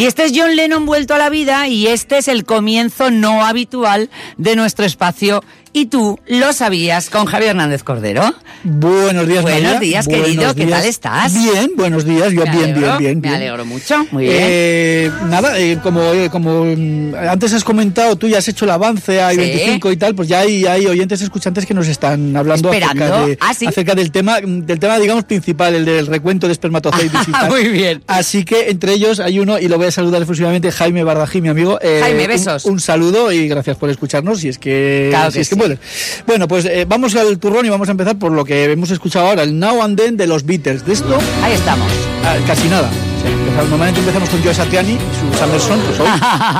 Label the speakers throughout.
Speaker 1: este es John Lennon vuelto a la vida y este es el comienzo no habitual de nuestro espacio. Y tú lo sabías con Javier Hernández Cordero.
Speaker 2: Buenos días,
Speaker 1: Buenos
Speaker 2: María.
Speaker 1: días,
Speaker 2: Buenos
Speaker 1: querido. ¿Qué
Speaker 2: días.
Speaker 1: tal estás?
Speaker 2: Bien, buenos días. Yo
Speaker 1: Me
Speaker 2: bien,
Speaker 1: alegro,
Speaker 2: bien, bien,
Speaker 1: Me
Speaker 2: bien.
Speaker 1: alegro mucho. Muy bien.
Speaker 2: Eh, nada, eh, como, eh, como mm, antes has comentado, tú ya has hecho el avance a
Speaker 1: Sí.
Speaker 2: 25 y tal, pues ya hay, hay oyentes escuchantes que nos están hablando acerca,
Speaker 1: Esperando.
Speaker 2: de-
Speaker 1: Ah, sí.
Speaker 2: acerca del tema, mm, del tema digamos principal, el del recuento de espermatozoides y tal.
Speaker 1: Muy bien.
Speaker 2: Así que entre ellos hay uno, y lo voy a saludar efusivamente, Jaime Bardají, mi amigo. Eh,
Speaker 1: Jaime,
Speaker 2: un-
Speaker 1: besos.
Speaker 2: Un, saludo y gracias por escucharnos, si es que,
Speaker 1: Claro
Speaker 2: si
Speaker 1: que
Speaker 2: es que
Speaker 1: sí.
Speaker 2: puedes. Bueno, pues eh, vamos al turrón y vamos a empezar por lo que hemos escuchado ahora, el Now and Then de los Beatles. De esto,
Speaker 1: Ahí estamos.
Speaker 2: ah, casi nada. O sea, empezamos- normalmente empezamos con Joe Satriani, y su Anderson, pues hoy,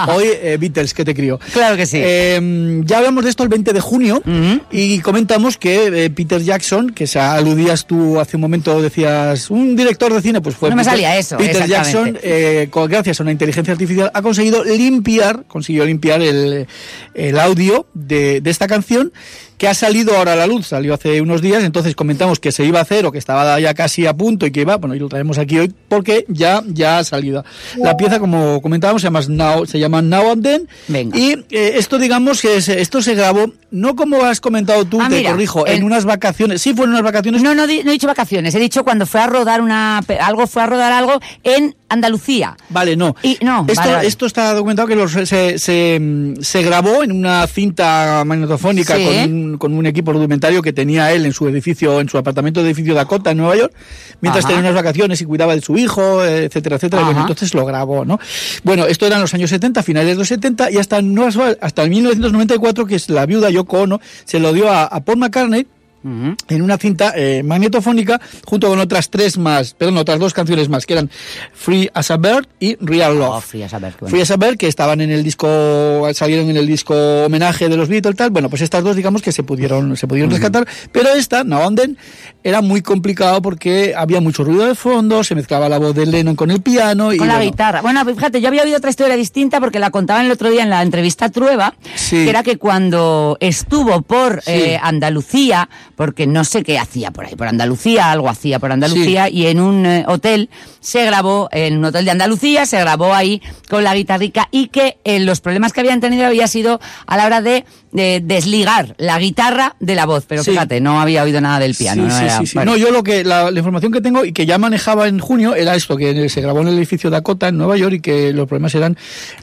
Speaker 2: hoy eh, Beatles, que te crío.
Speaker 1: Claro que sí.
Speaker 2: Eh, ya hablamos de esto el 20 de junio
Speaker 1: Ujú.
Speaker 2: y comentamos que eh, Peter Jackson, que se aludías tú hace un momento, decías un director de cine, pues fue.
Speaker 1: No me
Speaker 2: Peter-
Speaker 1: salía eso,
Speaker 2: Peter
Speaker 1: exactamente.
Speaker 2: Jackson, eh, con- gracias a una inteligencia artificial, ha conseguido limpiar, consiguió limpiar el, el audio de, de esta canción que ha salido ahora a la luz, salió hace unos días, entonces comentamos que se iba a hacer o que estaba ya casi a punto y que iba, bueno, y lo traemos aquí hoy porque ya, ya ha salido. La pieza, como comentábamos, se llama Now, se llama Now and Then
Speaker 1: Venga.
Speaker 2: y eh, esto, digamos, que se- esto se grabó, no como has comentado tú,
Speaker 1: Ah,
Speaker 2: te
Speaker 1: mira,
Speaker 2: corrijo, en
Speaker 1: el-
Speaker 2: unas vacaciones, sí fueron unas vacaciones,
Speaker 1: No, no, di- no he dicho vacaciones, he dicho cuando fue a rodar una pe- algo, fue a rodar algo en Andalucía.
Speaker 2: Vale, no.
Speaker 1: Y- no,
Speaker 2: esto,
Speaker 1: vale, vale.
Speaker 2: esto está documentado que los- se, se, mm, se grabó en una cinta magnetofónica
Speaker 1: Sí.
Speaker 2: con, un, con un equipo rudimentario que tenía él en su edificio, en su apartamento de edificio Dakota, en Nueva York, mientras
Speaker 1: Ajá.
Speaker 2: tenía unas vacaciones y cuidaba de su hijo, etcétera, etcétera. Y bueno,
Speaker 1: Ajá.
Speaker 2: entonces lo grabó, ¿no? Bueno, esto eran los años 70, finales de los 70, y hasta, no- hasta el 1994, que es la viuda Yoko Ono, se lo dio a, a Paul McCartney,
Speaker 1: Ujú.
Speaker 2: en una cinta eh, magnetofónica junto con otras tres más, perdón, otras dos canciones más, que eran Free as a Bird y Real Love.
Speaker 1: Oh, fui a saber qué bueno.
Speaker 2: Free as a Bird, que estaban en el disco, salieron en el disco homenaje de los Beatles tal. Bueno, pues estas dos digamos que se pudieron, se pudieron rescatar, pero esta, Now and Then, era muy complicado porque había mucho ruido de fondo, se mezclaba la voz de Lennon con el piano y
Speaker 1: Con la
Speaker 2: bueno,
Speaker 1: guitarra. Bueno, pues fíjate, yo había oído otra historia distinta porque la contaban el otro día en la entrevista a Trueba,
Speaker 2: Sí.
Speaker 1: que era que cuando estuvo por
Speaker 2: Sí.
Speaker 1: eh, Andalucía, porque no sé qué hacía por ahí, por Andalucía, algo hacía por Andalucía, y en un eh, hotel se grabó, en un hotel de Andalucía, se grabó ahí con la guitarrica y que eh, los problemas que habían tenido había sido a la hora de, de desligar la guitarra de la voz. Pero
Speaker 2: Sí.
Speaker 1: fíjate, no había oído nada del piano.
Speaker 2: Sí,
Speaker 1: no
Speaker 2: sí,
Speaker 1: era-
Speaker 2: sí, sí.
Speaker 1: bueno.
Speaker 2: No, yo lo que la, la información que tengo y que ya manejaba en junio era esto, que se grabó en el edificio Dakota en Nueva York y que los problemas eran,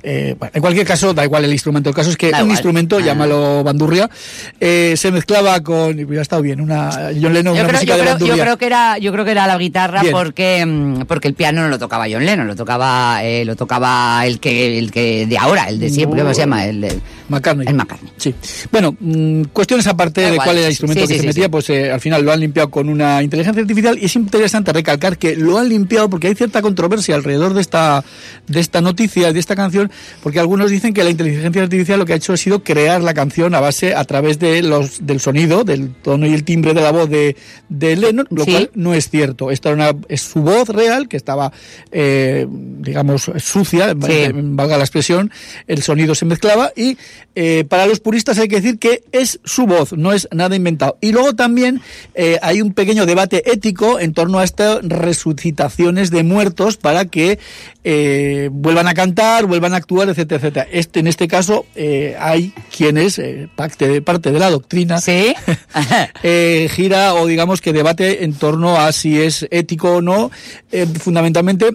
Speaker 2: eh, bueno, en cualquier caso, da igual el instrumento, el caso es que
Speaker 1: Da
Speaker 2: un
Speaker 1: igual.
Speaker 2: instrumento,
Speaker 1: Ah.
Speaker 2: llámalo bandurria, eh, se mezclaba con, y hubiera estado bien, una John Lennon,
Speaker 1: Yo
Speaker 2: una
Speaker 1: creo, yo
Speaker 2: música de
Speaker 1: creo- yo
Speaker 2: bandurria.
Speaker 1: creo que era, yo creo que era la guitarra
Speaker 2: Bien.
Speaker 1: porque mm, porque el piano no lo tocaba John Lennon, lo tocaba eh, lo tocaba el que el que de ahora, el de siempre, ¿cómo se llama? El, de-
Speaker 2: McCartney.
Speaker 1: El McCartney.
Speaker 2: Sí. Bueno, mm, cuestiones aparte
Speaker 1: Da
Speaker 2: de
Speaker 1: igual.
Speaker 2: cuál era el instrumento
Speaker 1: Sí,
Speaker 2: que
Speaker 1: sí,
Speaker 2: se
Speaker 1: sí,
Speaker 2: metía,
Speaker 1: sí.
Speaker 2: pues eh, al final lo han limpiado con una inteligencia artificial y es interesante recalcar que lo han limpiado porque hay cierta controversia alrededor de esta, de esta noticia, de esta canción, porque algunos dicen que la inteligencia artificial lo que ha hecho ha sido crear la canción a base, a través de los, del sonido, del tono y el timbre de la voz de, de Lennon, lo
Speaker 1: Sí.
Speaker 2: cual no es cierto. Esta era una- es su voz real que estaba, eh, digamos, sucia,
Speaker 1: Sí.
Speaker 2: eh, valga la expresión, el sonido se mezclaba y eh, para los puristas hay que decir que es su voz, no es nada inventado. Y luego también eh, hay un pequeño debate ético en torno a estas resucitaciones de muertos para que eh, vuelvan a cantar, vuelvan a actuar, etcétera, etcétera. Este, en este caso eh, hay quienes, eh, parte, de, parte de la doctrina,
Speaker 1: Sí.
Speaker 2: eh, gira o digamos que debate en torno a si es ético o no, eh, fundamentalmente.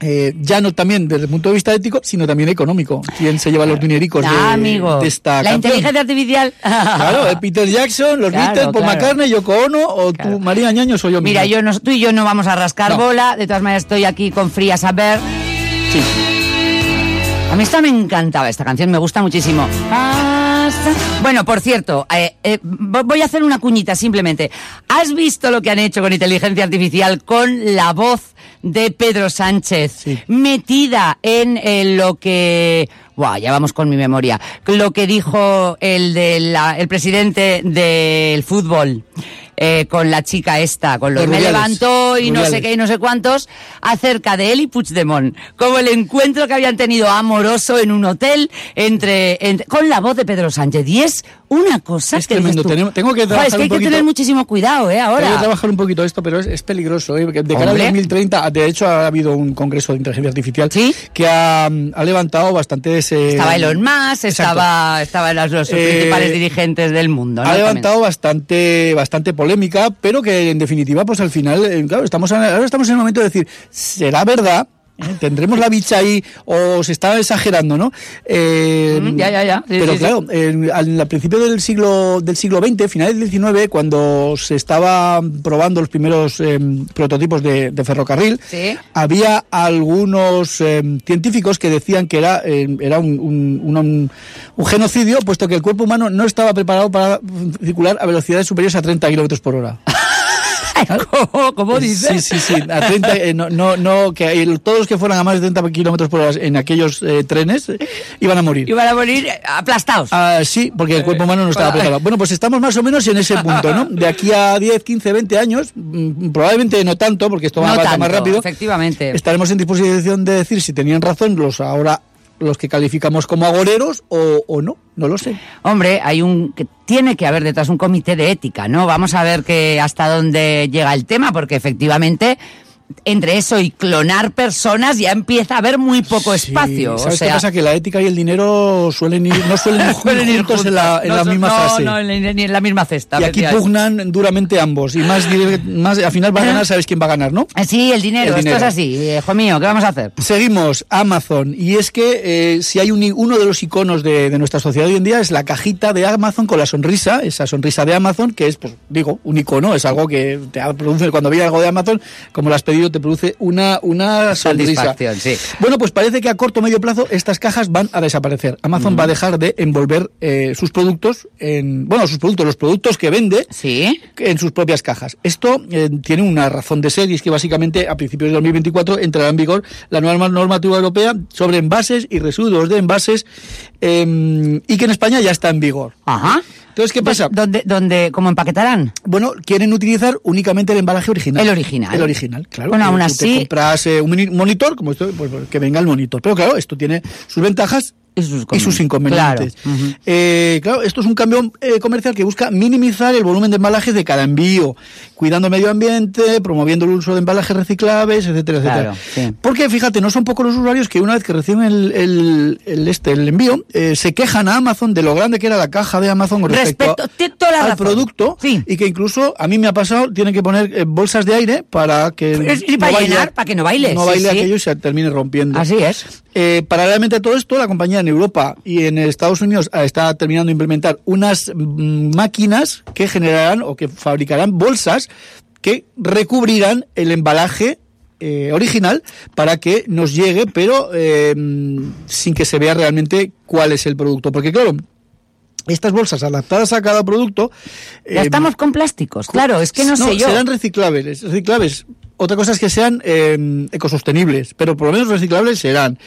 Speaker 2: eh, ya no también desde el punto de vista ético, sino también económico. ¿Quién se lleva los dinericos de,
Speaker 1: Ah, amigo.
Speaker 2: de esta
Speaker 1: la
Speaker 2: canción?
Speaker 1: inteligencia artificial.
Speaker 2: Claro, eh, Peter Jackson, los
Speaker 1: Claro,
Speaker 2: Beatles, Paul
Speaker 1: claro.
Speaker 2: McCartney, Yoko Ono o
Speaker 1: Claro.
Speaker 2: tú, María Ñaño, soy yo mismo.
Speaker 1: Mira, yo no, tú y yo no vamos a rascar
Speaker 2: No.
Speaker 1: bola, de todas maneras estoy aquí con frías a ver.
Speaker 2: Sí.
Speaker 1: A mí esta me encantaba, esta canción me gusta muchísimo. Pasa- Bueno, por cierto, eh, eh, vo- voy a hacer una cuñita simplemente. ¿Has visto lo que han hecho con inteligencia artificial con la voz de Pedro Sánchez
Speaker 2: Sí.
Speaker 1: metida en eh, lo que... Buah, ya vamos con mi memoria. Lo que dijo el, de la- el presidente del fútbol. eh, con la chica esta, con lo que me
Speaker 2: Rubiales,
Speaker 1: levantó y no sé
Speaker 2: Rubiales.
Speaker 1: qué y no sé cuántos, acerca de él y Puigdemont, como el encuentro que habían tenido amoroso en un hotel entre, entre- con la voz de Pedro Sánchez. Y es una cosa
Speaker 2: Es
Speaker 1: que dices
Speaker 2: tremendo,
Speaker 1: tú,
Speaker 2: tenemos- tengo que
Speaker 1: "Joder,
Speaker 2: trabajar
Speaker 1: es que
Speaker 2: un
Speaker 1: hay que
Speaker 2: poquito".
Speaker 1: tener muchísimo cuidado, ¿eh?
Speaker 2: Voy a
Speaker 1: Ahora.
Speaker 2: trabajar un poquito esto, pero es, es peligroso. ¿eh? Porque De cara al
Speaker 1: Hombre.
Speaker 2: 2030, de hecho, ha habido un congreso de inteligencia artificial
Speaker 1: Sí.
Speaker 2: que ha, mm, ha levantado bastantes. eh,
Speaker 1: Estaba Elon Musk,
Speaker 2: Exacto.
Speaker 1: estaba, estaban los, los
Speaker 2: Eh,
Speaker 1: principales dirigentes del mundo. ¿no?
Speaker 2: Ha
Speaker 1: También.
Speaker 2: levantado bastante, bastante polémica, pero que en definitiva, pues al final, eh, claro, estamos ahora ahora estamos en el momento de decir, ¿será verdad? ¿Eh? ¿Tendremos la bicha ahí o se está exagerando, no? Eh,
Speaker 1: Mm, ya, ya, ya. Sí,
Speaker 2: pero
Speaker 1: sí, sí.
Speaker 2: claro, en- al, al principio del siglo del siglo XX, finales del XIX, cuando se estaba probando los primeros eh, prototipos de, de ferrocarril,
Speaker 1: Sí.
Speaker 2: había algunos eh, científicos que decían que era, eh, era un, un- un- un- un genocidio, puesto que el cuerpo humano no estaba preparado para circular a velocidades superiores a 30 kilómetros por hora.
Speaker 1: ¿Cómo, cómo
Speaker 2: Sí,
Speaker 1: ¿Ah, dices?
Speaker 2: sí, sí. A 30, eh, no, no, no, que el- todos los que fueran a más de 30 kilómetros por hora en aquellos eh, trenes eh, iban a morir.
Speaker 1: Y van a morir aplastados.
Speaker 2: Ah, sí, porque el cuerpo humano no estaba
Speaker 1: hola.
Speaker 2: preparado. Bueno, pues estamos más o menos en ese punto, ¿no? De aquí a 10, 15, 20 años, mm, probablemente no tanto, porque esto va a
Speaker 1: no
Speaker 2: avanzar
Speaker 1: tanto,
Speaker 2: más rápido,
Speaker 1: efectivamente.
Speaker 2: estaremos en disposición de decir si tenían razón los ahora los que calificamos como agoreros o, o no, no lo sé.
Speaker 1: Hombre, hay un que tiene que haber detrás un comité de ética, ¿no? Vamos a ver que hasta dónde llega el tema, porque efectivamente entre eso y clonar personas ya empieza a haber muy poco
Speaker 2: Sí,
Speaker 1: espacio.
Speaker 2: ¿Sabes
Speaker 1: o sea,
Speaker 2: qué pasa? Que la ética y el dinero suelen ir, no suelen ir
Speaker 1: Suelen ir
Speaker 2: juntos en la, en
Speaker 1: juntos. No,
Speaker 2: la misma
Speaker 1: no,
Speaker 2: frase.
Speaker 1: No, en la- ni en la misma cesta.
Speaker 2: y aquí
Speaker 1: efectivamente.
Speaker 2: pugnan duramente ambos. Y más, dire- más al final va a ganar, sabes quién va a ganar, ¿no?
Speaker 1: Ah, Sí, el dinero, esto
Speaker 2: El dinero.
Speaker 1: es así. Eh, hijo mío, ¿qué vamos a hacer?
Speaker 2: Seguimos, Amazon. Y es que eh, si hay un i- uno de los iconos de, de nuestra sociedad hoy en día es la cajita de Amazon con la sonrisa, esa sonrisa de Amazon, que es, pues digo, un icono, es algo que te ha- produce, cuando viene algo de Amazon, como lo has pedido, te produce una, una sonrisa.
Speaker 1: Satisfacción, sí.
Speaker 2: Bueno, pues parece que a corto o medio plazo estas cajas van a desaparecer. Amazon
Speaker 1: Mm.
Speaker 2: va a dejar de envolver eh, sus productos en, bueno, sus productos, los productos que vende
Speaker 1: Sí.
Speaker 2: en sus propias cajas. Esto eh, tiene una razón de ser y es que básicamente a principios de 2024 entrará en vigor la nueva normativa europea sobre envases y residuos de envases eh, y que en España ya está en vigor.
Speaker 1: Ajá.
Speaker 2: Entonces, ¿qué pasa?
Speaker 1: ¿Dónde, dónde, ¿Cómo empaquetarán?
Speaker 2: Bueno, quieren utilizar únicamente el embalaje original.
Speaker 1: El original.
Speaker 2: El original, claro.
Speaker 1: Bueno,
Speaker 2: Eh,
Speaker 1: aún
Speaker 2: tú
Speaker 1: así-
Speaker 2: Te compras eh, un mini- monitor, como esto, pues, pues, que venga el monitor. Pero claro, esto tiene sus ventajas
Speaker 1: Y sus
Speaker 2: y sus inconvenientes.
Speaker 1: Claro. Ujú.
Speaker 2: Eh, claro, esto es un cambio eh, comercial que busca minimizar el volumen de embalajes de cada envío, cuidando el medio ambiente, promoviendo el uso de embalajes reciclables, etcétera,
Speaker 1: Claro,
Speaker 2: etcétera.
Speaker 1: sí.
Speaker 2: Porque fíjate, no son pocos los usuarios que una vez que reciben el, el- el este, el envío, eh, se quejan a Amazon de lo grande que era la caja de Amazon con respecto,
Speaker 1: Respecto- tiene toda la
Speaker 2: al
Speaker 1: razón.
Speaker 2: producto
Speaker 1: Sí.
Speaker 2: y que incluso a mí me ha pasado, tienen que poner eh, bolsas de aire para que
Speaker 1: Es- y para llenar, para que no baile,
Speaker 2: no
Speaker 1: sí,
Speaker 2: baile
Speaker 1: sí.
Speaker 2: aquello y se termine rompiendo.
Speaker 1: Así es.
Speaker 2: Eh, paralelamente a todo esto, la compañía en Europa y en Estados Unidos ah, está terminando de implementar unas mm, máquinas que generarán o que fabricarán bolsas que recubrirán el embalaje eh, original para que nos llegue, pero eh, mm, sin que se vea realmente cuál es el producto. Porque claro, estas bolsas adaptadas a cada producto...
Speaker 1: Ya
Speaker 2: eh,
Speaker 1: estamos con plásticos, claro, es que no, sé yo.
Speaker 2: Serán reciclables, reciclables. Otra cosa es que sean eh, ecosostenibles, pero por lo menos reciclables serán.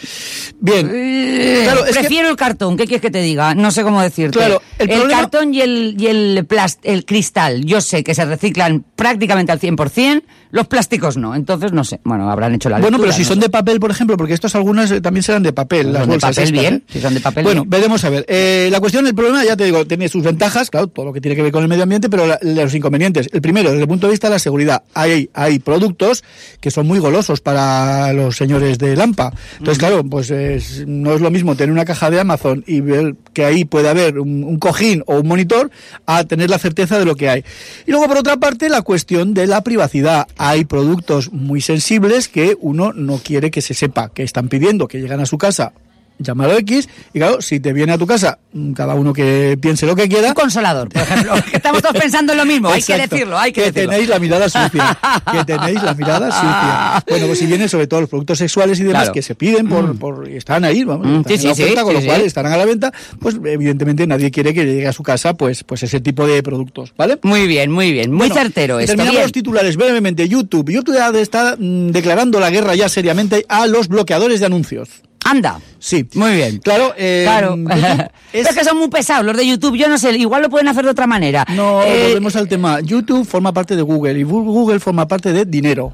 Speaker 2: Bien.
Speaker 1: Eh,
Speaker 2: Claro, es que-
Speaker 1: Prefiero el cartón, ¿qué quieres que te diga? No sé cómo decirte.
Speaker 2: Claro, el problema-
Speaker 1: cartón y el, y el, plas- el cristal, yo sé que se reciclan prácticamente al 100%, los plásticos no, entonces no sé. Bueno, habrán hecho la
Speaker 2: Bueno, pero
Speaker 1: lectura,
Speaker 2: si
Speaker 1: no
Speaker 2: son
Speaker 1: sé.
Speaker 2: de papel, por ejemplo, porque estos algunas eh, también serán de papel,
Speaker 1: Son
Speaker 2: las
Speaker 1: de
Speaker 2: bolsas.
Speaker 1: papel,
Speaker 2: estas,
Speaker 1: bien.
Speaker 2: ¿eh?
Speaker 1: Si son de papel,
Speaker 2: Bueno,
Speaker 1: bien.
Speaker 2: veremos a ver. Eh, la cuestión, el problema, ya te digo, tiene sus ventajas, claro, todo lo que tiene que ver con el medio ambiente, pero la- los inconvenientes. El primero, desde el punto de vista de la seguridad, hay, hay productos que son muy golosos para los señores de Lampa. Entonces, claro, pues es- no es lo mismo tener una caja de Amazon y ver que ahí puede haber un, un cojín o un monitor a tener la certeza de lo que hay. Y luego, por otra parte, la cuestión de la privacidad. Hay productos muy sensibles que uno no quiere que se sepa, que están pidiendo que llegan a su casa llamado X, y claro, si te viene a tu casa, mm, cada uno que piense lo que quiera.
Speaker 1: Un consolador, por ejemplo. que Estamos todos pensando en lo mismo, hay que
Speaker 2: Exacto.
Speaker 1: decirlo, hay que, decirlo.
Speaker 2: tenéis la mirada sucia. Que tenéis la mirada sucia. Bueno, pues si vienen sobre todo los productos sexuales y demás
Speaker 1: Claro.
Speaker 2: que se piden por, por- y están ahí, vamos,
Speaker 1: Mm,
Speaker 2: están
Speaker 1: sí,
Speaker 2: en la
Speaker 1: sí,
Speaker 2: oferta,
Speaker 1: sí,
Speaker 2: con lo
Speaker 1: sí,
Speaker 2: cual
Speaker 1: sí.
Speaker 2: estarán a la venta, pues evidentemente nadie quiere que llegue a su casa pues, pues ese tipo de productos, ¿vale?
Speaker 1: Muy bien, muy bien, muy
Speaker 2: Bueno,
Speaker 1: certero
Speaker 2: y
Speaker 1: esto.
Speaker 2: Terminamos
Speaker 1: bien.
Speaker 2: los titulares brevemente. YouTube. YouTube ya está mm, declarando la guerra ya seriamente a los bloqueadores de anuncios.
Speaker 1: Anda.
Speaker 2: Sí.
Speaker 1: Muy bien.
Speaker 2: Claro, eh,
Speaker 1: Claro.
Speaker 2: YouTube
Speaker 1: Es...
Speaker 2: es-
Speaker 1: que son muy pesados los de YouTube. Yo no sé, igual lo pueden hacer de otra manera.
Speaker 2: No,
Speaker 1: Eh,
Speaker 2: volvemos al tema. YouTube forma parte de Google y Gu- Google forma parte de dinero.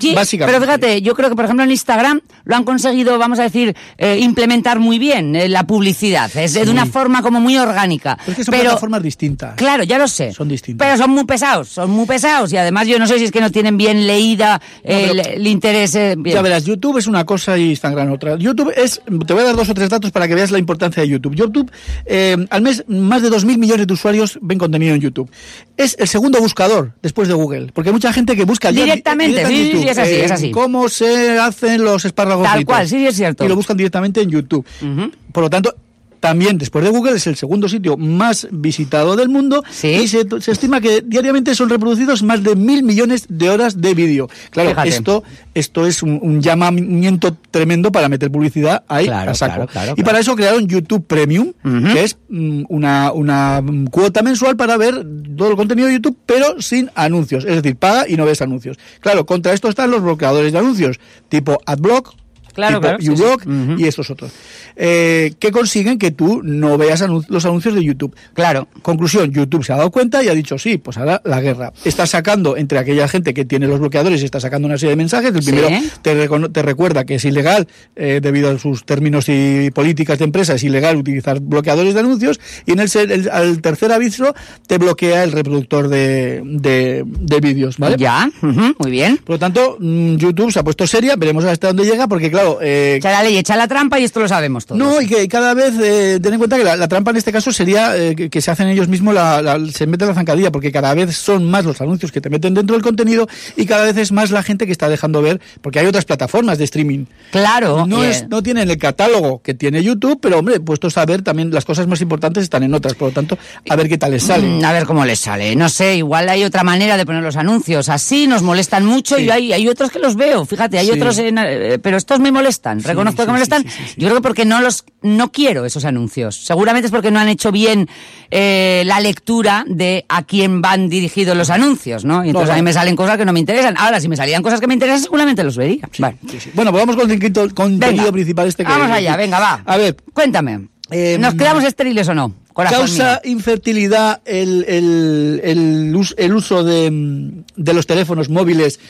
Speaker 1: Sí,
Speaker 2: básicamente.
Speaker 1: Pero fíjate, yo creo que, por ejemplo, en Instagram lo han conseguido, vamos a decir, eh, implementar muy bien eh, la publicidad. Es de una forma como muy orgánica.
Speaker 2: Pero es que son
Speaker 1: pero,
Speaker 2: plataformas distintas.
Speaker 1: Claro, ya lo sé.
Speaker 2: Son distintas.
Speaker 1: Pero son muy pesados, son muy pesados. Y además yo no sé si es que no tienen bien leída eh,
Speaker 2: pero-
Speaker 1: el, el interés. eh, bien.
Speaker 2: Ya verás, YouTube es una cosa y Instagram otra. YouTube es, te voy a dar dos o tres datos para que veas la importancia de YouTube. YouTube, eh, al mes, más de 2.000 millones de usuarios ven contenido en YouTube. Es el segundo buscador después de Google, porque hay mucha gente que busca ya en-
Speaker 1: Directamente,
Speaker 2: en
Speaker 1: sí, sí, sí, es así,
Speaker 2: eh,
Speaker 1: es así.
Speaker 2: ¿Cómo se hacen los espárragos
Speaker 1: Tal
Speaker 2: fritos?
Speaker 1: cual, sí, es cierto.
Speaker 2: Y lo buscan directamente en YouTube.
Speaker 1: Ujú.
Speaker 2: Por lo tanto, también después de Google es el segundo sitio más visitado del mundo
Speaker 1: Sí.
Speaker 2: y se, se estima que diariamente son reproducidos más de mil millones de horas de vídeo. Claro,
Speaker 1: Fíjate.
Speaker 2: esto esto es un, un llamamiento tremendo para meter publicidad ahí
Speaker 1: Claro,
Speaker 2: a saco.
Speaker 1: claro, claro,
Speaker 2: y
Speaker 1: claro.
Speaker 2: para eso crearon YouTube Premium,
Speaker 1: Ujú.
Speaker 2: que es mm, una, una mm, cuota mensual para ver todo el contenido de YouTube, pero sin anuncios. Es decir, paga y no ves anuncios. Claro, contra esto están los bloqueadores de anuncios, tipo AdBlock,
Speaker 1: Claro,
Speaker 2: tipo
Speaker 1: claro, sí, sí.
Speaker 2: uBlock
Speaker 1: Ujú.
Speaker 2: y estos otros. Eh, que consiguen que tú no veas anun- los anuncios de YouTube.
Speaker 1: Claro.
Speaker 2: Conclusión, YouTube se ha dado cuenta y ha dicho, sí, pues ahora la guerra. Está sacando entre aquella gente que tiene los bloqueadores, está sacando una serie de mensajes. El
Speaker 1: Sí.
Speaker 2: primero te, recono- te recuerda que es ilegal, eh, debido a sus términos y políticas de empresa, es ilegal utilizar bloqueadores de anuncios. Y en el, se- el- al tercer aviso te bloquea el reproductor de, de- de vídeos, ¿vale?
Speaker 1: Ya, ujú, muy bien.
Speaker 2: Por lo tanto, mm, YouTube se ha puesto seria, veremos hasta dónde llega, porque claro, eh,
Speaker 1: Echa la ley, echa la trampa y esto lo sabemos todos.
Speaker 2: no, y que cada vez, eh, ten en cuenta que la, la trampa en este caso sería eh, que, que se hacen ellos mismos, la, la- se meten la zancadilla, porque cada vez son más los anuncios que te meten dentro del contenido y cada vez es más la gente que está dejando ver, porque hay otras plataformas de streaming.
Speaker 1: claro.
Speaker 2: No,
Speaker 1: eh,
Speaker 2: es, no tienen el catálogo que tiene YouTube, pero hombre, puestos a ver también las cosas más importantes están en otras, por lo tanto, a ver qué tal les sale.
Speaker 1: Mm, A ver cómo les sale. No sé, igual hay otra manera de poner los anuncios. Así nos molestan mucho
Speaker 2: Sí.
Speaker 1: y hay, hay otros que los veo. Fíjate, hay
Speaker 2: Sí.
Speaker 1: otros, en- eh, pero estos me molestan. Reconozco
Speaker 2: sí,
Speaker 1: que me
Speaker 2: sí,
Speaker 1: molestan.
Speaker 2: sí, sí, sí.
Speaker 1: Yo creo que porque no los, no quiero esos anuncios. Seguramente es porque no han hecho bien eh, la lectura de a quién van dirigidos los anuncios, ¿no? Y entonces
Speaker 2: Claro.
Speaker 1: a mí me salen cosas que no me interesan. Ahora, si me salían cosas que me interesan, seguramente los vería. Vale.
Speaker 2: Sí, sí. Bueno, pues vamos con el quinto- contenido
Speaker 1: Venga.
Speaker 2: principal este que
Speaker 1: Vamos allá, venga, va.
Speaker 2: A ver,
Speaker 1: Cuéntame.
Speaker 2: Eh,
Speaker 1: ¿Nos quedamos estériles o no? Corazón
Speaker 2: ¿Causa infertilidad el, el- el us- el uso de, mm, de los teléfonos móviles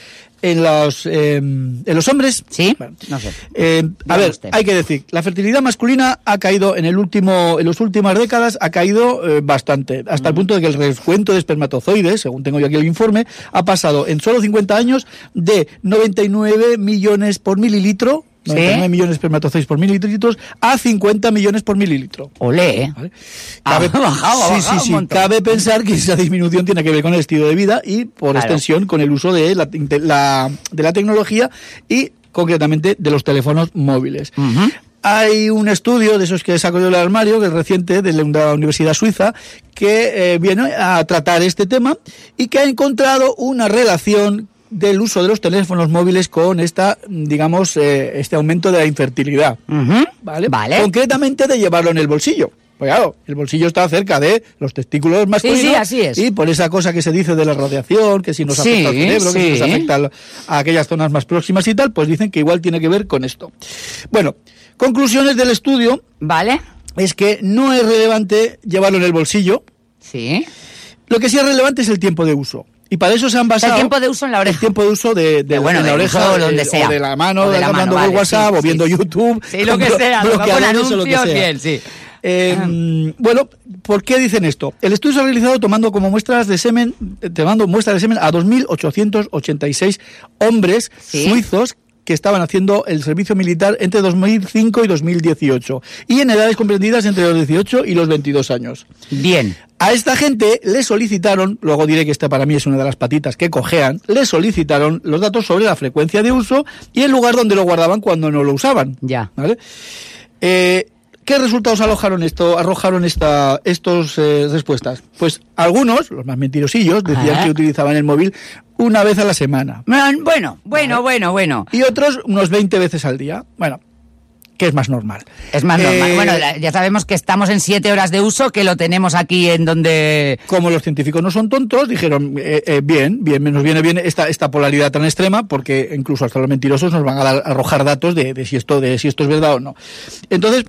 Speaker 2: en los, eh, en los hombres?
Speaker 1: Sí,
Speaker 2: Bueno,
Speaker 1: no sé.
Speaker 2: eh, a
Speaker 1: Diga
Speaker 2: ver,
Speaker 1: usted.
Speaker 2: hay que decir, la fertilidad masculina ha caído en el último, en las últimas décadas ha caído eh, bastante, hasta el
Speaker 1: Mm.
Speaker 2: punto de que el recuento de espermatozoides, según tengo yo aquí el informe, ha pasado en solo 50 años de 99 millones por mililitro,
Speaker 1: Sí.
Speaker 2: 99 millones de espermatozoides por mililitros, a 50 millones por mililitro.
Speaker 1: Olé, ¿eh?
Speaker 2: ¿vale?
Speaker 1: Ah, ha bajado, ha
Speaker 2: sí,
Speaker 1: bajado
Speaker 2: sí,
Speaker 1: un
Speaker 2: sí.
Speaker 1: montón.
Speaker 2: Cabe pensar que esa disminución tiene que ver con el estilo de vida y, por
Speaker 1: Claro.
Speaker 2: extensión, con el uso de la, de la- de la tecnología y, concretamente, de los teléfonos móviles.
Speaker 1: Ujú.
Speaker 2: Hay un estudio de esos que saco yo del armario, que es reciente, de la- una universidad suiza, que eh, viene a tratar este tema y que ha encontrado una relación del uso de los teléfonos móviles con esta, digamos, eh, este aumento de la infertilidad.
Speaker 1: Ujú.
Speaker 2: ¿Vale?
Speaker 1: Vale.
Speaker 2: Concretamente de llevarlo en el bolsillo. Pues claro, el bolsillo está cerca de los testículos masculinos.
Speaker 1: sí, así es.
Speaker 2: Y por esa cosa que se dice de la radiación, que si nos
Speaker 1: Sí,
Speaker 2: afecta al cerebro, que si
Speaker 1: sí.
Speaker 2: nos afecta al- a aquellas zonas más próximas y tal, pues dicen que igual tiene que ver con esto. Bueno, conclusiones del estudio
Speaker 1: ¿Vale?
Speaker 2: es que no es relevante llevarlo en el bolsillo.
Speaker 1: Sí.
Speaker 2: Lo que sí es relevante es el tiempo de uso. Y para eso se han
Speaker 1: O sea,
Speaker 2: basado...
Speaker 1: el tiempo de uso en la
Speaker 2: El
Speaker 1: oreja.
Speaker 2: tiempo de uso de, de,
Speaker 1: Pero bueno,
Speaker 2: de la
Speaker 1: del
Speaker 2: oreja eh,
Speaker 1: uso
Speaker 2: o
Speaker 1: donde
Speaker 2: de-
Speaker 1: sea.
Speaker 2: o de la mano,
Speaker 1: O de la
Speaker 2: hablando
Speaker 1: mano, vale,
Speaker 2: por WhatsApp
Speaker 1: sí,
Speaker 2: o viendo
Speaker 1: sí.
Speaker 2: YouTube.
Speaker 1: Sí, lo
Speaker 2: con
Speaker 1: que
Speaker 2: blo-
Speaker 1: sea, lo que con
Speaker 2: bloqueadores o lo que
Speaker 1: anuncios,
Speaker 2: sea.
Speaker 1: bien, sí.
Speaker 2: Eh, Bueno, ¿por qué dicen esto? El estudio se ha realizado tomando como muestras de semen, eh, tomando muestras de semen a 2.886 hombres
Speaker 1: Sí.
Speaker 2: suizos que estaban haciendo el servicio militar entre 2005 y 2018 y en edades comprendidas entre los 18 y los 22 años.
Speaker 1: Bien.
Speaker 2: A esta gente le solicitaron, luego diré que esta para mí es una de las patitas que cojean, le solicitaron los datos sobre la frecuencia de uso y el lugar donde lo guardaban cuando no lo usaban.
Speaker 1: Ya.
Speaker 2: ¿Vale? Eh, ¿Qué resultados alojaron esto, arrojaron esta, estos eh, respuestas? Pues algunos, los más mentirosillos, decían
Speaker 1: Ajá.
Speaker 2: que utilizaban el móvil una vez a la semana
Speaker 1: Bueno, bueno, bueno, bueno.
Speaker 2: y otros unos 20 veces al día. Bueno, que es más normal. Eh,
Speaker 1: Es más normal. Bueno, ya sabemos que estamos en siete horas de uso, que lo tenemos aquí en donde...
Speaker 2: Como los científicos no son tontos, dijeron, eh, eh, bien, bien, nos viene bien esta, esta polaridad tan extrema, porque incluso hasta los mentirosos nos van a dar, arrojar datos de, de, si esto, de si esto es verdad o no. Entonces,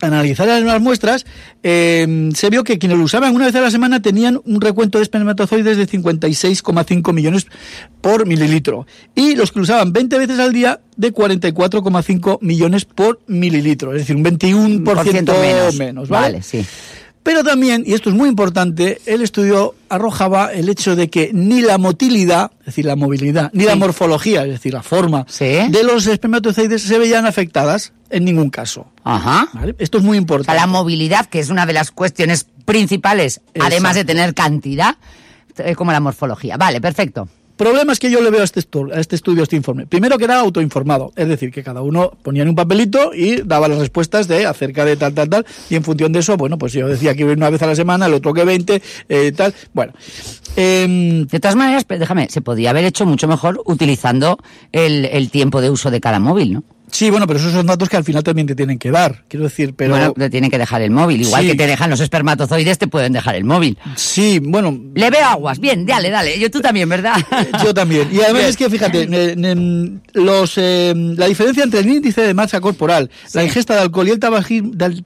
Speaker 2: analizar las muestras, eh, se vio que quienes lo usaban una vez a la semana tenían un recuento de espermatozoides de 56,5 millones por mililitro. Y los que lo usaban 20 veces al día, de 44,5 millones por mililitro. Es decir, un 21% por ciento menos. menos ¿vale?
Speaker 1: vale, sí.
Speaker 2: Pero también, y esto es muy importante, el estudio arrojaba el hecho de que ni la motilidad, es decir, la movilidad, ni sí. la morfología, es decir, la forma
Speaker 1: ¿Sí?
Speaker 2: de los espermatozoides se veían afectadas en ningún caso.
Speaker 1: Ajá.
Speaker 2: ¿Vale? Esto es muy importante.
Speaker 1: O sea, la movilidad, que es una de las cuestiones principales, Exacto. además de tener cantidad, como la morfología. Vale, perfecto
Speaker 2: problemas que yo le veo a este, estudio, a este estudio, a este informe. Primero que era autoinformado, es decir, que cada uno ponía en un papelito y daba las respuestas de acerca de tal, tal, tal, y en función de eso, bueno, pues yo decía que una vez a la semana, el otro que 20, eh, tal, bueno. em,
Speaker 1: Eh, de todas maneras, déjame, se podía haber hecho mucho mejor utilizando el, el tiempo de uso de cada móvil, ¿no?
Speaker 2: Sí, bueno, pero esos son datos que al final también te tienen que dar. Quiero decir, pero. Bueno,
Speaker 1: te tienen que dejar el móvil. Igual sí. que te dejan los espermatozoides, te pueden dejar el móvil.
Speaker 2: Sí, bueno.
Speaker 1: Le veo aguas. Bien, dale, dale. Yo tú también, ¿verdad?
Speaker 2: Eh, Yo también. Y además Bien. es que, fíjate, los, eh, la diferencia entre el índice de masa corporal, sí. la ingesta de alcohol y el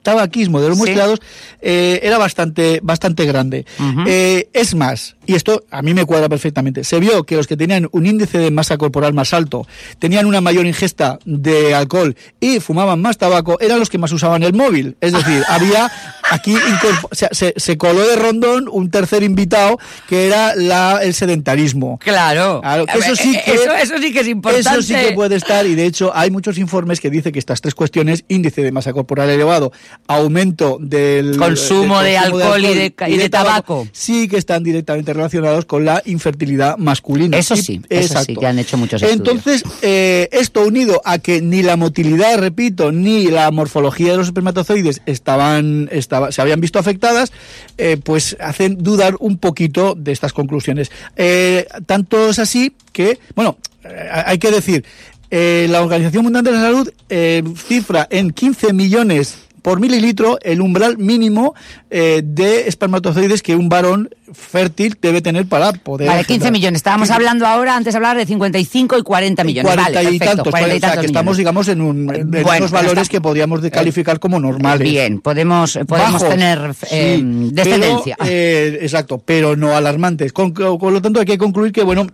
Speaker 2: tabaquismo de los muestreados sí. eh, era bastante, bastante grande. Uh -huh. eh, es más, y esto a mí me cuadra perfectamente, se vio que los que tenían un índice de masa corporal más alto tenían una mayor ingesta de alcohol y fumaban más tabaco eran los que más usaban el móvil. Es decir, había aquí o sea, se, se, coló de rondón un tercer invitado que era la, el sedentarismo.
Speaker 1: Claro. claro
Speaker 2: eso, sí que,
Speaker 1: eso, eso, sí que es importante.
Speaker 2: Eso sí que puede estar y de hecho hay muchos informes que dicen que estas tres cuestiones, índice de masa corporal elevado, aumento del
Speaker 1: consumo, del, del consumo de, alcohol de, alcohol y de, y de, de tabaco, tabaco,
Speaker 2: sí que están directamente relacionados con la infertilidad masculina.
Speaker 1: Eso sí, eso sí que han hecho muchos estudios.
Speaker 2: Entonces, eh, esto unido a que ni la motilidad, repito, ni la morfología de los espermatozoides estaban, estaba, se habían visto afectadas, eh, pues hacen dudar un poquito de estas conclusiones. Eh, tanto es así que, bueno, eh, hay que decir, eh, la Organización Mundial de la Salud eh, cifra en 15 millones por mililitro el umbral mínimo eh, de espermatozoides que un varón fértil debe tener para poder.
Speaker 1: Vale, 15 generar. millones. Estábamos 15. hablando ahora, antes de hablar de 55 y 40 millones. 40 vale,
Speaker 2: y, perfecto, tantos, 40 y tantos. O sea, que millones. estamos, digamos, en, un, en bueno, unos valores está... Eh, que podríamos calificar como normales.
Speaker 1: Bien, podemos, podemos Bajos, tener eh, sí, descendencia.
Speaker 2: Pero, eh, exacto, pero no alarmantes. Con, con lo tanto, hay que concluir que, bueno,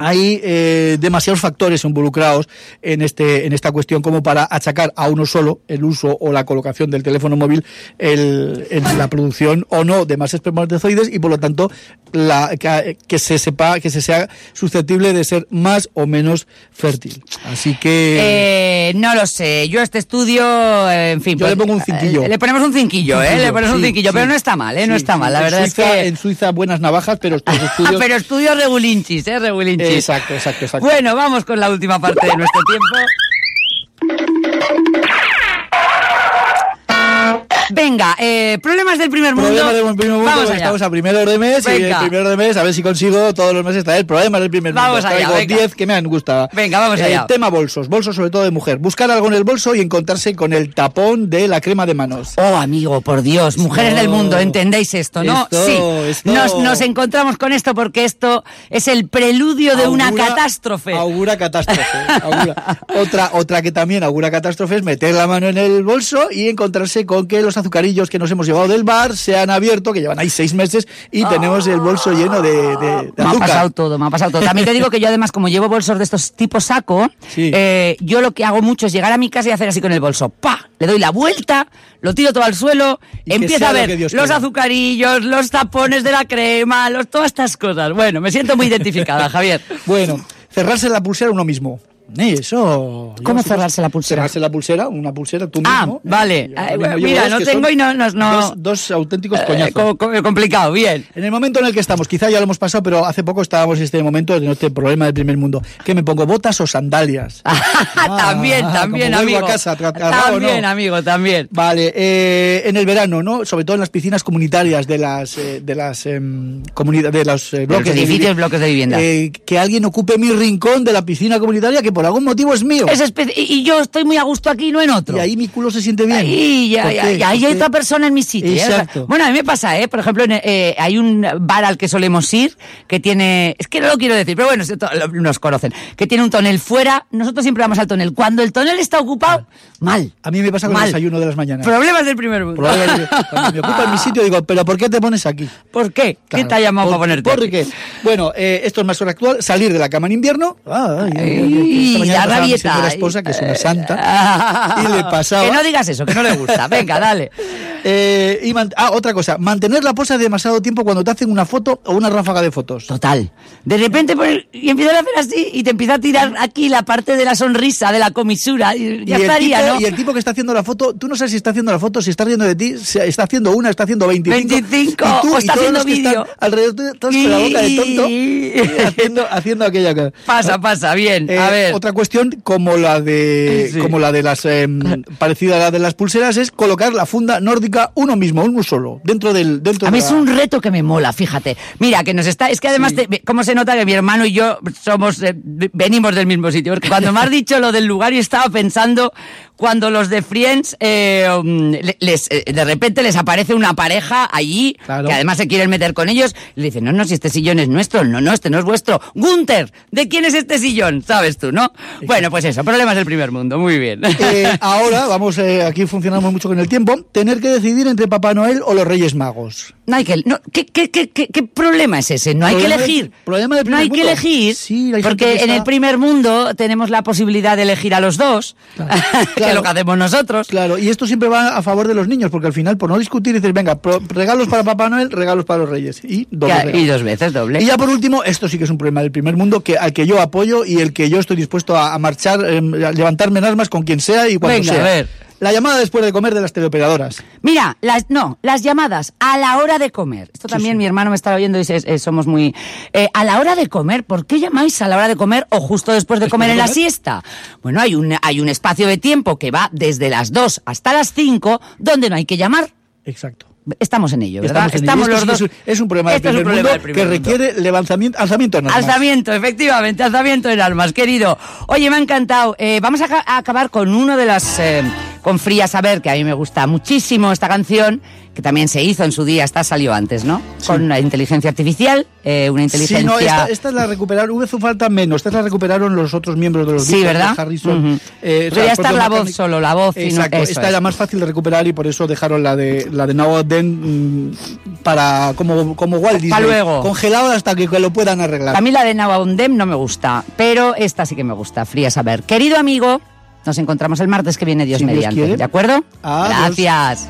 Speaker 2: hay eh, demasiados factores involucrados en este en esta cuestión como para achacar a uno solo el uso o la colocación del teléfono móvil el, en la producción o no de más espermatozoides y por lo tanto la que, que, se sepa que se sea susceptible de ser más o menos fértil así que
Speaker 1: eh, no lo sé yo este estudio en fin
Speaker 2: yo pues, le pongo un cinquillo
Speaker 1: le ponemos un cinquillo, eh le ponemos un cinquillo, eh, ponemos sí, un cinquillo sí, pero no está mal eh no sí, está mal la verdad
Speaker 2: Suiza,
Speaker 1: es que Ah,
Speaker 2: en Suiza buenas navajas pero estos estudios
Speaker 1: pero estudios regulinchis eh regulinchis
Speaker 2: Exacto, exacto, exacto.
Speaker 1: Bueno, vamos con la última parte de nuestro tiempo. Venga, eh, problemas del primer mundo.
Speaker 2: Problemas del primer mundo. Vamos allá. Estamos a primeros de mes venga. y el primero de mes, a ver si consigo todos los meses traer problemas del primer
Speaker 1: vamos
Speaker 2: mundo.
Speaker 1: Allá,
Speaker 2: Traigo 10 que me han gustado.
Speaker 1: Venga, vamos
Speaker 2: eh,
Speaker 1: allá.
Speaker 2: Tema bolsos, bolsos sobre todo de mujer. Buscar algo en el bolso y encontrarse con el tapón de la crema de manos.
Speaker 1: Oh, amigo, por Dios, mujeres no. del mundo, entendéis esto, ¿no?
Speaker 2: Esto,
Speaker 1: sí.
Speaker 2: Esto.
Speaker 1: Nos, nos, encontramos con esto porque esto es el preludio de
Speaker 2: augura,
Speaker 1: una catástrofe.
Speaker 2: Augura catástrofe. augura. Otra, otra que también augura catástrofe es meter la mano en el bolso y encontrarse con que los azucarillos que nos hemos llevado del bar se han abierto, que llevan ahí seis meses, y
Speaker 1: Ah.
Speaker 2: oh, tenemos el bolso lleno de, de, de
Speaker 1: Me
Speaker 2: azúcar.
Speaker 1: ha pasado todo, me ha pasado todo. También te digo que yo además, como llevo bolsos de estos tipo saco, sí. eh, yo lo que hago mucho es llegar a mi casa y hacer así con el bolso. ¡Pa! Le doy la vuelta, lo tiro todo al suelo, empieza a ver lo los quiera. azucarillos, los tapones de la crema, los, todas estas cosas. Bueno, me siento muy identificada, Javier.
Speaker 2: Bueno, cerrarse la pulsera uno mismo. ¿Eh? Eso.
Speaker 1: ¿Cómo cerrarse la pulsera?
Speaker 2: Cerrarse la pulsera, una pulsera tú
Speaker 1: ah,
Speaker 2: mismo.
Speaker 1: Ah, vale. Eh, bueno, mira, no tengo y no. no, no
Speaker 2: dos, dos, auténticos eh, coñazos.
Speaker 1: Co co complicado, bien.
Speaker 2: En el momento en el que estamos, quizá ya lo hemos pasado, pero hace poco estábamos en este momento de este problema del primer mundo. ¿Qué me pongo? ¿Botas o sandalias?
Speaker 1: ah, también, también,
Speaker 2: como
Speaker 1: amigo.
Speaker 2: A ah, casa,
Speaker 1: también, no? amigo, también.
Speaker 2: Vale. Eh, en el verano, ¿no? Sobre todo en las piscinas comunitarias de las eh, de las comunidades, de Eh, los eh, bloques,
Speaker 1: de edificios, bloques de vivienda.
Speaker 2: que alguien ocupe mi rincón de la piscina comunitaria que por algún motivo es mío.
Speaker 1: Es espe- y y yo estoy muy a gusto aquí, no en otro.
Speaker 2: Y ahí mi culo se siente bien.
Speaker 1: Ahí, ya,
Speaker 2: ¿Por
Speaker 1: ya,
Speaker 2: qué?
Speaker 1: ya, ahí
Speaker 2: Porque-
Speaker 1: hay otra persona en mi sitio. ¿eh? O sea,
Speaker 2: Exacto.
Speaker 1: bueno, a mí me pasa, ¿eh? Por ejemplo, en, eh, hay un bar al que solemos ir que tiene... Es que no lo quiero decir, pero bueno, se- to- lo- nos conocen. Que tiene un tonel fuera. Nosotros siempre vamos al tonel. Cuando el tonel está ocupado, mal.
Speaker 2: A mí me pasa con
Speaker 1: Mal.
Speaker 2: el desayuno de las mañanas.
Speaker 1: Problemas del primer mundo.
Speaker 2: Probablemente, cuando me ocupa mi sitio digo, pero ¿por qué te pones aquí?
Speaker 1: ¿Por qué? ¿Qué
Speaker 2: Claro,
Speaker 1: te ha llamado
Speaker 2: por-
Speaker 1: para ponerte?
Speaker 2: Porque, bueno, eh, esto es más hora actual, salir de la cama en invierno. Ah, ay, ay, ay,
Speaker 1: Ay,
Speaker 2: esta mañana
Speaker 1: da
Speaker 2: pasaba mi
Speaker 1: rabieta.
Speaker 2: señora esposa, que es una santa.
Speaker 1: Ah.
Speaker 2: Y le pasaba-
Speaker 1: Que no digas eso, que no le gusta. Venga, dale.
Speaker 2: Eh, y man- ah, otra cosa, mantener la posa demasiado tiempo cuando te hacen una foto o una ráfaga de fotos.
Speaker 1: Total. De repente pues, y empiezas a hacer así y te empieza a tirar aquí la parte de la sonrisa, de la comisura. Y, ya
Speaker 2: y, el
Speaker 1: estaría,
Speaker 2: tipo,
Speaker 1: ¿no?
Speaker 2: y el tipo que está haciendo la foto, tú no sabes si está haciendo la foto, si está riendo de ti, si está haciendo una, está haciendo 25.
Speaker 1: 25,
Speaker 2: y tú,
Speaker 1: o
Speaker 2: y
Speaker 1: está
Speaker 2: todos
Speaker 1: haciendo
Speaker 2: los que están
Speaker 1: vídeo.
Speaker 2: Alrededor de todos con la boca de
Speaker 1: Y-
Speaker 2: tonto, haciendo, haciendo aquella cosa.
Speaker 1: Pasa, pasa, bien. a
Speaker 2: Eh,
Speaker 1: ver.
Speaker 2: Otra cuestión como la de
Speaker 1: Sí.
Speaker 2: como la de las em, parecida a la de las pulseras es colocar la funda nórdica uno mismo, uno solo, dentro del dentro
Speaker 1: A mí
Speaker 2: de
Speaker 1: es
Speaker 2: la-
Speaker 1: un reto que me mola, fíjate. Mira, que nos está. Es que además, te- ¿cómo se nota que mi hermano y yo somos. eh, de- venimos del mismo sitio? Porque cuando me has dicho lo del lugar, yo estaba pensando cuando los de Friends. eh, um, le- les, eh, de repente les aparece una pareja allí,
Speaker 2: Claro.
Speaker 1: que además se quieren meter con ellos. Y le dicen, no, no, si este sillón es nuestro. No, no, este no es vuestro. Gunther, ¿de quién es este sillón? ¿Sabes tú, no? Bueno, pues eso, problemas del primer mundo. Muy bien.
Speaker 2: Eh, ahora vamos eh, aquí funcionamos mucho con el tiempo, tener que decidir entre Papá Noel o los Reyes Magos.
Speaker 1: No hay que, no, ¿qué, qué, qué, qué, qué problema es ese? No hay que
Speaker 2: Problema de-
Speaker 1: elegir.
Speaker 2: problema de
Speaker 1: no
Speaker 2: primer
Speaker 1: hay que
Speaker 2: mundo.
Speaker 1: elegir.
Speaker 2: Sí, hay gente
Speaker 1: porque
Speaker 2: que
Speaker 1: en
Speaker 2: está-
Speaker 1: el primer mundo tenemos la posibilidad de elegir a los dos, que es
Speaker 2: Claro.
Speaker 1: lo que hacemos nosotros.
Speaker 2: Claro, y esto siempre va a favor de los niños, porque al final por no discutir dices, venga, pro- regalos para Papá Noel, regalos para los Reyes y doble
Speaker 1: Que-
Speaker 2: regalo.
Speaker 1: y dos veces doble.
Speaker 2: Y ya por último, esto sí que es un problema del primer mundo que, al que yo apoyo y el que yo estoy dispuesto a, a marchar, em, a levantarme en armas con quien sea y cuando
Speaker 1: Venga,
Speaker 2: sea.
Speaker 1: a ver.
Speaker 2: La llamada después de comer de las teleoperadoras.
Speaker 1: Mira, las, no, las llamadas a la hora de comer. Esto también mi hermano me estaba oyendo y dice, eh, somos muy... eh, a la hora de comer, ¿por qué llamáis a la hora de comer o justo después de comer en la
Speaker 2: comer?
Speaker 1: siesta? Bueno, hay un, hay un espacio de tiempo que va desde las 2 hasta las 5 donde no hay que llamar.
Speaker 2: Exacto.
Speaker 1: Estamos en ello, ¿verdad?
Speaker 2: Estamos en
Speaker 1: los
Speaker 2: ello. Esto
Speaker 1: dos.
Speaker 2: sí que Es, un- es un problema del
Speaker 1: Esto es un
Speaker 2: primer
Speaker 1: problema
Speaker 2: mundo
Speaker 1: del primer
Speaker 2: que
Speaker 1: mundo.
Speaker 2: requiere levantamiento, alzamiento en armas.
Speaker 1: Alzamiento, efectivamente, alzamiento en almas, querido. Oye, me ha encantado. Eh, vamos a, ca- a acabar con uno de las... eh, con Fría Saber, que a mí me gusta muchísimo esta canción, que también se hizo en su día, esta salió antes, ¿no? Con una inteligencia artificial, eh, una inteligencia...
Speaker 2: Sí, no, esta, esta la recuperaron, hubo falta menos, esta la recuperaron los otros miembros de los
Speaker 1: Sí,
Speaker 2: Beatles,
Speaker 1: ¿verdad?
Speaker 2: de Harrison.
Speaker 1: Ujú.
Speaker 2: eh, o sea,
Speaker 1: Podría
Speaker 2: el
Speaker 1: estar
Speaker 2: propio
Speaker 1: la voz
Speaker 2: McCartney.
Speaker 1: solo, la voz y no-
Speaker 2: Exacto,
Speaker 1: eso
Speaker 2: esta
Speaker 1: es.
Speaker 2: era más fácil de recuperar y por eso dejaron la de la de Now and Then, mm, para como, como Walt Disney.
Speaker 1: luego.
Speaker 2: Congelado hasta que lo puedan arreglar.
Speaker 1: A mí la de Nabondem no me gusta, pero esta sí que me gusta, Fría Saber. Querido amigo, nos encontramos el martes que viene, Dios
Speaker 2: Si Dios
Speaker 1: mediante,
Speaker 2: quiere.
Speaker 1: ¿de acuerdo?
Speaker 2: Adiós.
Speaker 1: Gracias.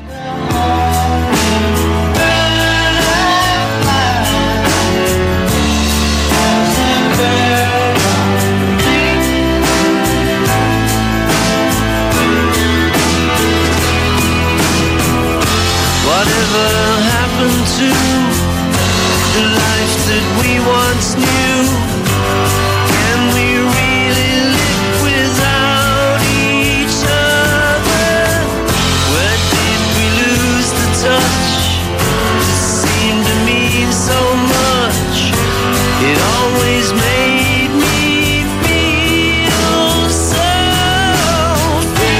Speaker 3: Whatever happened to the life that we once knew? Can we really live without each other? Where did we lose the touch? It seemed to mean so much. It always made me feel so free.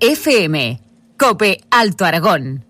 Speaker 4: FM. Cope Alto Aragón.